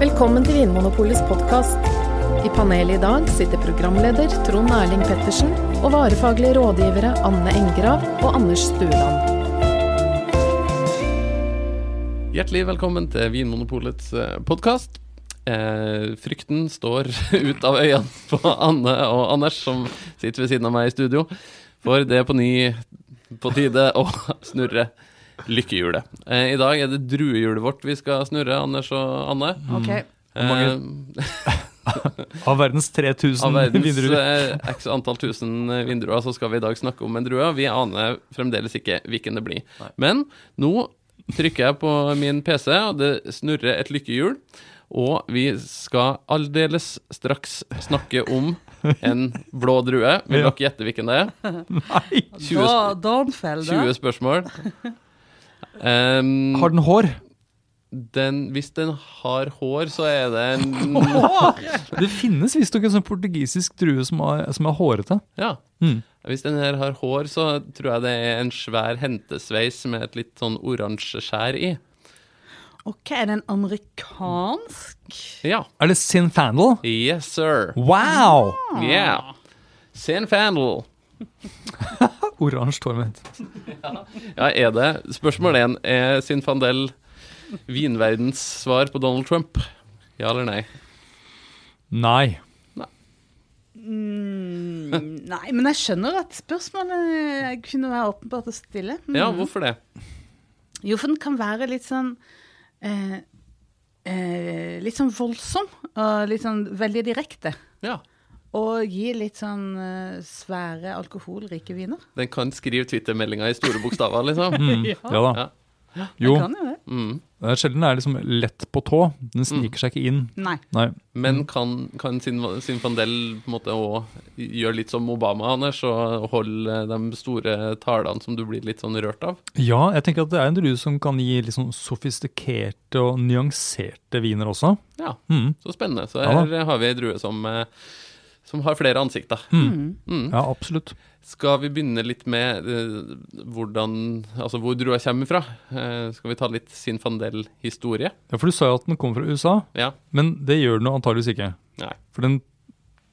Velkommen til Vinmonopolets podkast. I panelet i dag sitter programleder Trond Erling Pettersen og varefaglige rådgivere Anne Engrav og Anders Stueland. Hjertelig velkommen til Vinmonopolets podkast. Eh, frykten står ut av øynene på Anne og Anders, som sitter ved siden av meg i studio. For det er på ny på tide å snurre lykkehjulet. Eh, I dag er det druehjulet vårt vi skal snurre, Anders og Anne. Ok. Eh, Av verdens 3000 av verdens vindruer. eh, x antall tusen vindruer så skal vi i dag snakke om en drue. Vi aner fremdeles ikke hvilken det blir. Men nå trykker jeg på min PC, og det snurrer et lykkehjul. Og vi skal aldeles straks snakke om en blå drue. Vil Ja. dere gjette hvilken det er? Nei! 20, Da, sp- Dornfeld, da. 20 spørsmål. Ehm, Har den hår? den, hvis den har hår, så er det en Det finnes visstnok en sånn portugisisk drue som er, som er hårete. Ja. Mm. Hvis den her har hår, så tror jeg det er en svær hentesveis med et litt sånn oransje skjær i. Ok, er den amerikansk? Ja. Er det Sin Fandel? Yes, sir. Wow! Yeah. Sanfandel. Oransje torment. Ja, er det Spørsmål én. Er Sinfandel vinverdens svar på Donald Trump? Ja eller nei? Nei. Mm, nei, men jeg skjønner at spørsmålet kunne være åpenbart å stille. Mm. Ja, hvorfor det? Jo, for den kan være litt sånn eh, eh, Litt sånn voldsom, og litt sånn veldig direkte. Ja. Og gi litt sånn eh, svære, alkoholrike viner. Den kan skrive Twitter-meldinger i store bokstaver, liksom. Mm. Ja da. Jo, Kan jo det. Mm. det er sjelden det er liksom lett på tå. Den sniker seg ikke inn. Nei. Nei. Men kan, kan Sin- Sinfandel på en måte òg gjøre litt som Obama, Anders, og holde de store talene som du blir litt sånn rørt av? Ja, jeg tenker at det er en drue som kan gi litt sånn sofistikerte og nyanserte viner også. Ja, Mm. så spennende. Så Ja da. her har vi ei drue som, eh, som har flere ansikter. Mm. Ja, absolutt. Skal vi begynne litt med eh, hvordan, altså hvor drua kommer fra? Eh, skal vi ta litt Sinfandel-historie? Ja, For du sa jo at den kommer fra USA, Ja. men det gjør den jo antageligvis ikke. Nei. For den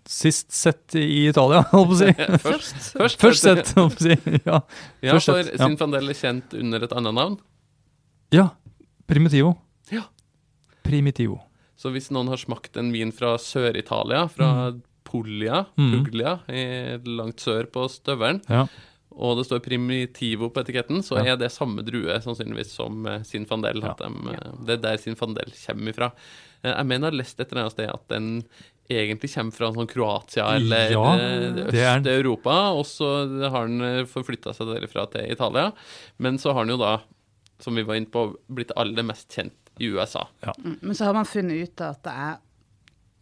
sist sett i Italia, holdt på å si. Eh, Først, først, eh, Først sett, holdt jeg på å si. Ja. Ja, først for sett, ja. Sinfandel er kjent under et annet navn. ja. Primitivo. Ja. Primitivo. Så hvis noen har smakt en vin fra Sør-Italia, fra Puglia, Mm. Puglia i- langt sør på støvelen, Ja. og det står Primitivo på etiketten, så Ja. er det samme drue sannsynligvis som eh, Sinfandel. At dem, eh, det er der Sinfandel kommer ifra. Eh, Jeg mener jeg har lest et eller annet sted at den egentlig kommer fra sånn Kroatia eller Ja, eh, det er den. Øst-Europa, og så har den forflytta seg derifra til Italia. Men så har den jo da, som vi var inne på, blitt aller mest kjent i USA. Mm, Men så har man funnet ut at det er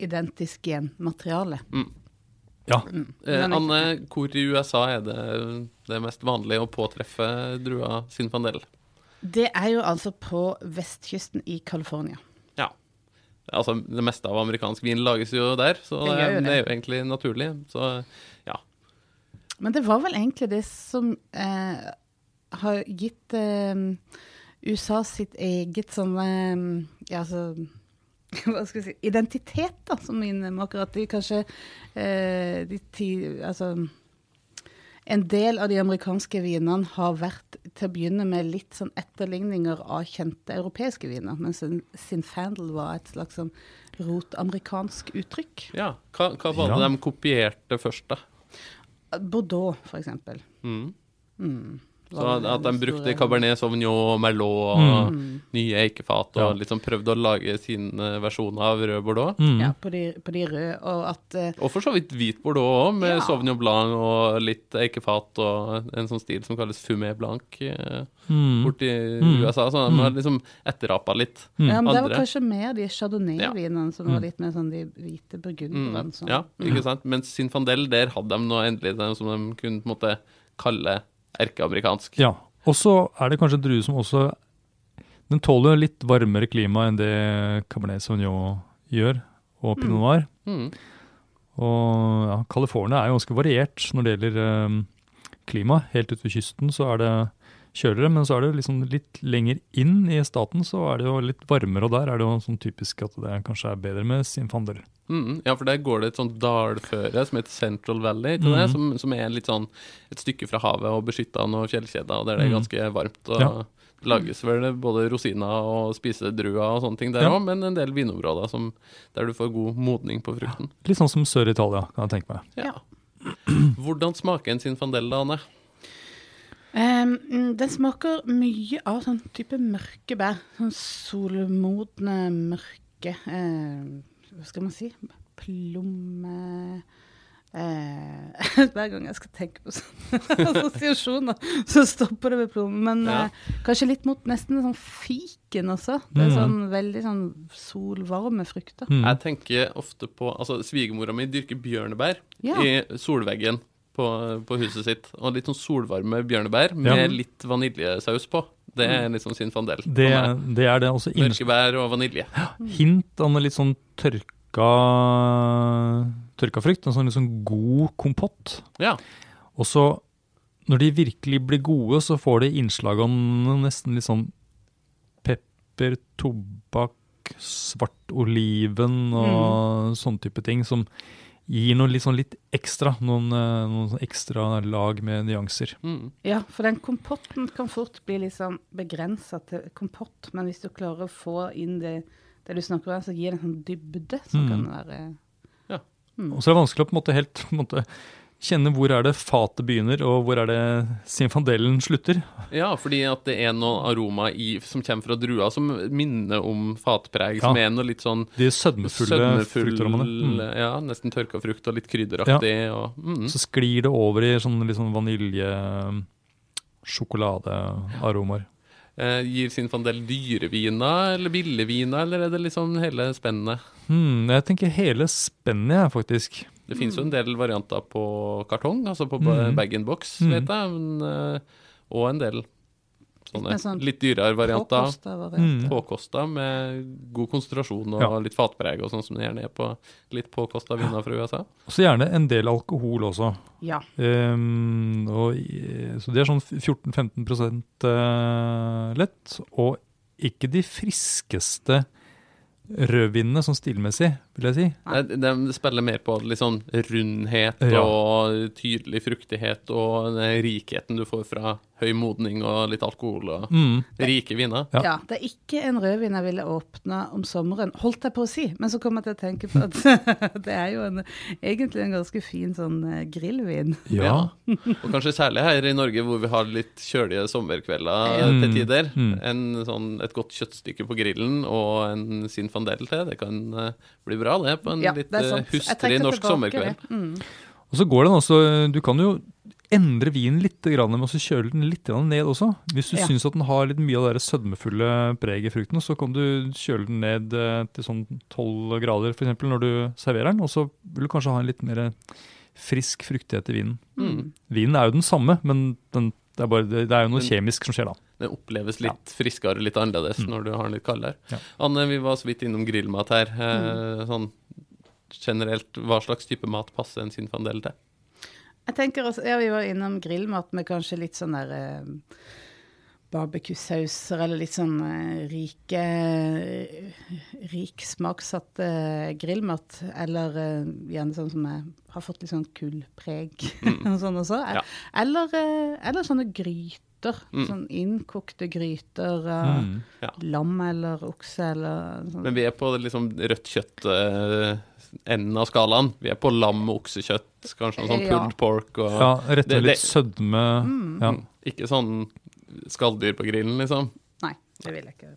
identisk genmateriale. ja. Eh, Men ikke- Anne, hvor i USA er det det mest vanlige å påtreffe drua Sinfandel? Det er jo altså på vestkysten i California. Ja. Altså, det meste av amerikansk vin lages jo der, så det, Det gjør jo er jo egentlig naturlig. Så ja. Men det var vel egentlig det som eh, har gitt eh, USA sitt eget sånn eh, Ja, altså hva skal jeg si, identitet, da, som innmaker at de kanskje eh, de ti, Altså en del av de amerikanske vinene har vært til å begynne med litt sånn etterligninger av kjente europeiske viner, mens en Sinfandel var et slags sånn rotamerikansk uttrykk. ja. Hva, hva var det Ja. de kopierte først, da? Bordeaux, for eksempel. Mm. Mm. Så at, at de Den brukte store- Cabernet Sauvignon og Merlot og nye eikefat, og Mm. Ja. liksom prøvde å lage sine versjoner av rød Bordeaux. Mm. Ja, på de, på de røde, og at eh, Og for så vidt hvit Bordeaux òg, med Ja. Sauvignon Blanc og litt eikefat og en sånn stil som kalles fumé blanc eh, Mm. borti Mm. USA. Så de har liksom etterapa litt. Mm. ja, men Det Andre. var kanskje mer de chardonnay-vinene som var Mm. litt mer sånn de hvite burgunderne. Mm, sånn. ja, ikke sant? Mens Sinfandel, der hadde de noe endelig det som de kunne på en måte kalle erkeamerikansk. ja. Og så er det kanskje en drue som også Den tåler litt varmere klima enn det Cabernet Sauvignon gjør, og Pinot Noir. Mm. Og ja, ehm, California er jo ganske variert når det gjelder eh, klima. Helt ute ved kysten så er det kjøligere, men så er det jo liksom litt lenger inn i staten, så er det jo litt varmere, og der er det jo sånn typisk at det kanskje er bedre med sinfandel. Mm, ja, for der går det et sånt dalføre som heter Central Valley, til det, Mhm. som, som er litt sånn et stykke fra havet og beskytta av noen fjellkjeder, og der det er Mhm. ganske varmt. og Ja. det Lages vel både rosiner og spisedruer og sånne ting der Ja. òg, men en del vinområder som, der du får god modning på frukten. Litt sånn som Sør-Italia, kan jeg tenke meg. Ja. Hvordan smaker en sinfandel, da, Anne? Ehm, mm, den smaker mye av sånn type mørke bær. Sånn solmodne, mørke eh, Hva skal man si? Plomme eh, Hver gang jeg skal tenke på sånne assosiasjoner, så stopper det ved plomme. Men Ja. eh, kanskje litt mot nesten sånn fiken også. Det Mhm. er sånn veldig sånn solvarme frukter. Mm. Jeg tenker ofte på Altså, svigermora mi dyrker bjørnebær Ja. i solveggen på, på huset sitt. Og litt sånn solvarme bjørnebær med Ja. litt vaniljesaus på. Det er liksom sinfandel. Det, For meg. det er det også inns- Mørke bær og vanilje. hint av noe litt sånn tørka, tørka frukt, en sånn litt sånn god kompott. Ja. Og så, når de virkelig blir gode, så får de innslag av noe nesten litt sånn pepper, tobakk, svartoliven og sånne type ting som gir noe litt sånn litt ekstra, noen, eh, noen sånn ekstra lag med nyanser. Mm. Ja, for den kompotten kan fort bli liksom begrensa til kompott, men hvis du klarer å få inn det, det du snakker om, så gir det en sånn dybde som Mm. kan være Og så er det vanskelig å på en måte helt på en måte, kjenne hvor er det fatet begynner, og hvor er det sinfandelen slutter. ja, fordi at det er noen aroma i, som kommer fra drua som minner om fatpreg, som Ja. er noe litt sånn De sødmefulle sødmefull fruktaromene. Mm. Ja, nesten tørka frukt og litt krydderaktig. Og, mm. Så sklir det over i sånn litt sånn vanilje, sjokoladearomaer. eh, gir sinfandel dyreviner eller billigviner, eller er det liksom hele spennet? Hmm, jeg tenker hele spennet, jeg, faktisk. Det finnes jo en Mm. del varianter på kartong, altså på Mhm. bag-in-box, Mhm. vet jeg, men, eh, og en del sånne mer sånn litt dyrere varianter. påkosta Mm. varianter. Påkosta med god konsentrasjon og Ja. litt fatpreg og sånn som det gjerne er på litt påkosta viner fra USA. Og så gjerne en del alkohol også. Ja. Ehm, og, i- så det er sånn 14-15 eh, lett. Og ikke de friskeste rødvinene sånn stilmessig, vil jeg si. Nei, Eh, De spiller mer på litt sånn rundhet Ja. og tydelig fruktighet og den rikheten du får fra høy modning og litt alkohol og Mm. rike viner. Ja. Ja. Det er ikke en rødvin jeg ville åpna om sommeren, holdt jeg på å si, men så kom jeg til å tenke på at det er jo en, egentlig en ganske fin sånn eh, grillvin. Ja. Og kanskje særlig her i Norge hvor vi har litt kjølige sommerkvelder Mm, til tider. mm. En sånn, et godt kjøttstykke på grillen og en sinfandel til, det kan eh, bli bra det på en Ja, litt det er eh, sant. Jeg hustrig trekker norsk tilbake sommerkveld. det. Mm. Og så går den også Du kan jo endre vinen litt, grann, men også kjøle den litt grann ned også. Hvis du Ja. syns at den har litt mye av det der sødmefulle preget i frukten, så kan du kjøle den ned eh, til sånn 12 grader f.eks. når du serverer den, og så vil du kanskje ha en litt mer frisk fruktighet i vinen. Mm. Vinen er jo den samme, men den, det, er bare, det er jo noe Den- kjemisk som skjer da. Det oppleves litt friskere og litt annerledes når du har den litt kaldere. Mm. Ja. Anne, vi var så vidt innom grillmat her. Eh, Mm. Sånn generelt, hva slags type mat passer en sinfandel til? Jeg tenker også, ja, Vi var innom grillmat med kanskje litt sånn der eh, barbecue-sauser, eller litt sånn eh, rike Rik smaksatt eh, grillmat. Eller eh, gjerne sånn som jeg har fått litt sånn kullpreg og sånn også. Mm. Ja. Eller, eh, eller sånne gryter. Mm. Sånn innkokte gryter av Mm. Ja. lam eller okse eller sånn. Men vi er på liksom rødt kjøtt-enden av skalaen. Vi er på lam og oksekjøtt, kanskje noe sånn Ja. pulled pork og Ja, rette Det- litt det- sødme. Ja. Mm. Ikke sånn skalldyr på grillen, liksom. Nei, det vil jeg ikke.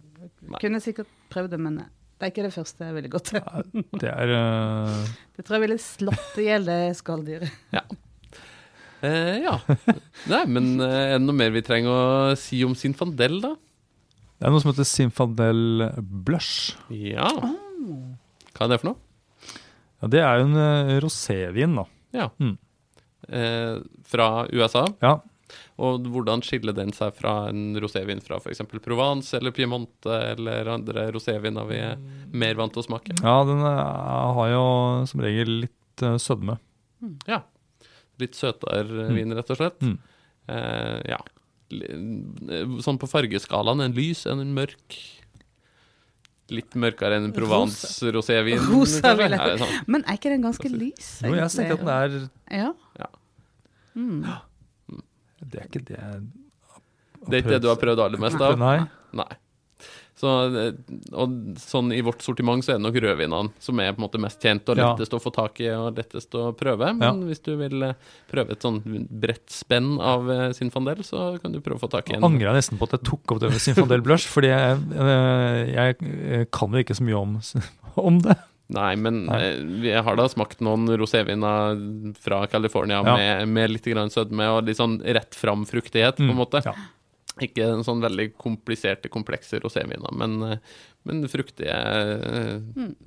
Nei. Kunne sikkert prøvd det, men det er ikke det første jeg ville gått til. Det er eh, Det tror jeg ville slått i hjel det skalldyret. Eh, ja. Nei, men eh, er det noe mer vi trenger å si om Sinfandel, da? Det er noe som heter Sinfandel blush. Ja. Ah. Hva er det for noe? Ja, det er jo en eh, rosévin, da. Ja. Mm. Eh, fra USA. Ja, Og hvordan skiller den seg fra en rosévin fra f.eks. Provence eller Piemonte eller andre roséviner vi er mer vant til å smake? ja den eh, har jo som regel litt eh, sødme. Litt søtere eh, vin, rett og slett. Mm. Eh, ja. li- Sånn på fargeskalaen, en lys enn en mørk Litt mørkere enn en Provence-rosévin. Rosa, kanskje? vil jeg- Er det sånn? Men er ikke den ganske lys? Jo, jeg tenker at den er Ja. Ja. Mm. Det er ikke det jeg har Det er ikke det du har prøvd aller mest av? Nei. Nei. Så, eh, og sånn I vårt sortiment så er det nok rødvinene som er på en måte mest kjent og Ja. lettest å få tak i og lettest å prøve. Men Ja. hvis du vil eh, prøve et sånn bredt spenn av eh, Sinfandel, så kan du prøve å få tak i Jeg en. angrer nesten på at jeg tok opp det med Sinfandel Blush, fordi jeg, eh, jeg eh, kan jo ikke så mye om, om det. Nei, men Nei. eh, vi har da smakt noen roséviner fra California Ja. med, med litt grann sødme og litt sånn rett fram fruktighet, på Mm, en måte. ja. Ikke en sånn veldig kompliserte, komplekse roséviner, men, eh, men fruktige eh,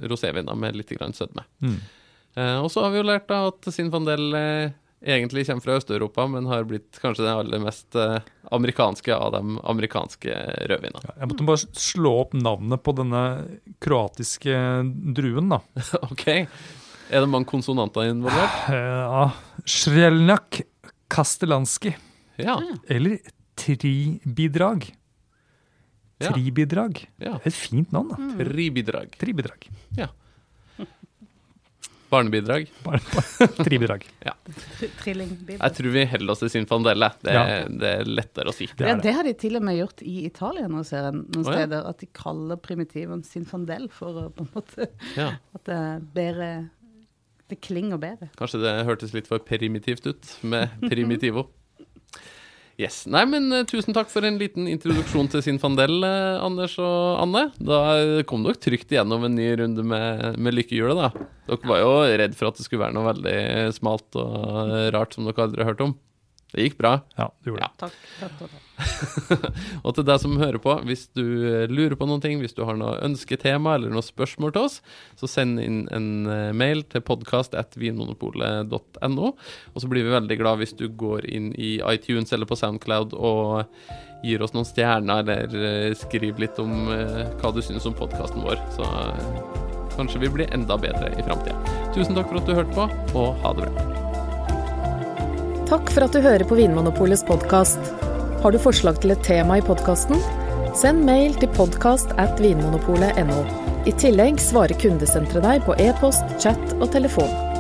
roséviner med litt grann sødme. Mm. Eh, og så har vi jo lært da at Sinfandel eh, egentlig kommer fra Øst-Europa, men har blitt kanskje den aller mest eh, amerikanske av de amerikanske rødvinene. Jeg måtte bare slå opp navnet på denne kroatiske druen, da. ok. Er det mange konsonanter involvert? Uh, Shrelnak Kastelanski, Ja. eller Tribidrag. Ja. Mm. Tribidrag. ja. Det er Et fint navn, da. Ribidrag. Tribidrag. Barnebidrag. Bare, bare Tribidrag. Tr- Trilling. Bibel. Jeg tror vi holder oss til Sinfandelle. Det, Ja. det er lettere å si. Det ja, er det. det har de til og med gjort i Italia nå, ser jeg noen Å, ja. steder. At de kaller primitiven sin fandel for å på en måte Ja. At det er bedre Det klinger bedre. Kanskje det hørtes litt for primitivt ut med Primitivo. Yes. Nei, men eh, tusen takk for en liten introduksjon til Sinfandel, eh, Anders og Anne. Da kom dere trygt igjennom en ny runde med, med lykkehjulet, da. Dere var jo redd for at det skulle være noe veldig smalt og rart som dere aldri har hørt om. Det gikk bra. Ja, du gjorde det. Takk. takk, takk, takk. Og til deg som hører på, hvis du eh, lurer på noen ting, hvis du har noe ønsketema eller noe spørsmål til oss, så send inn en eh, mail til podkast.vinmonopolet.no. Og så blir vi veldig glad hvis du går inn i iTunes eller på Soundcloud og gir oss noen stjerner, eller eh, skriver litt om eh, hva du syns om podkasten vår. Så eh, kanskje vi blir enda bedre i framtida. Tusen takk for at du hørte på, og ha det bra. Takk for at du hører på Vinmonopolets podkast. Har du forslag til et tema i podkasten? Send mail til podkast at vinmonopolet.no. I tillegg svarer kundesenteret deg på e-post, chat og telefon.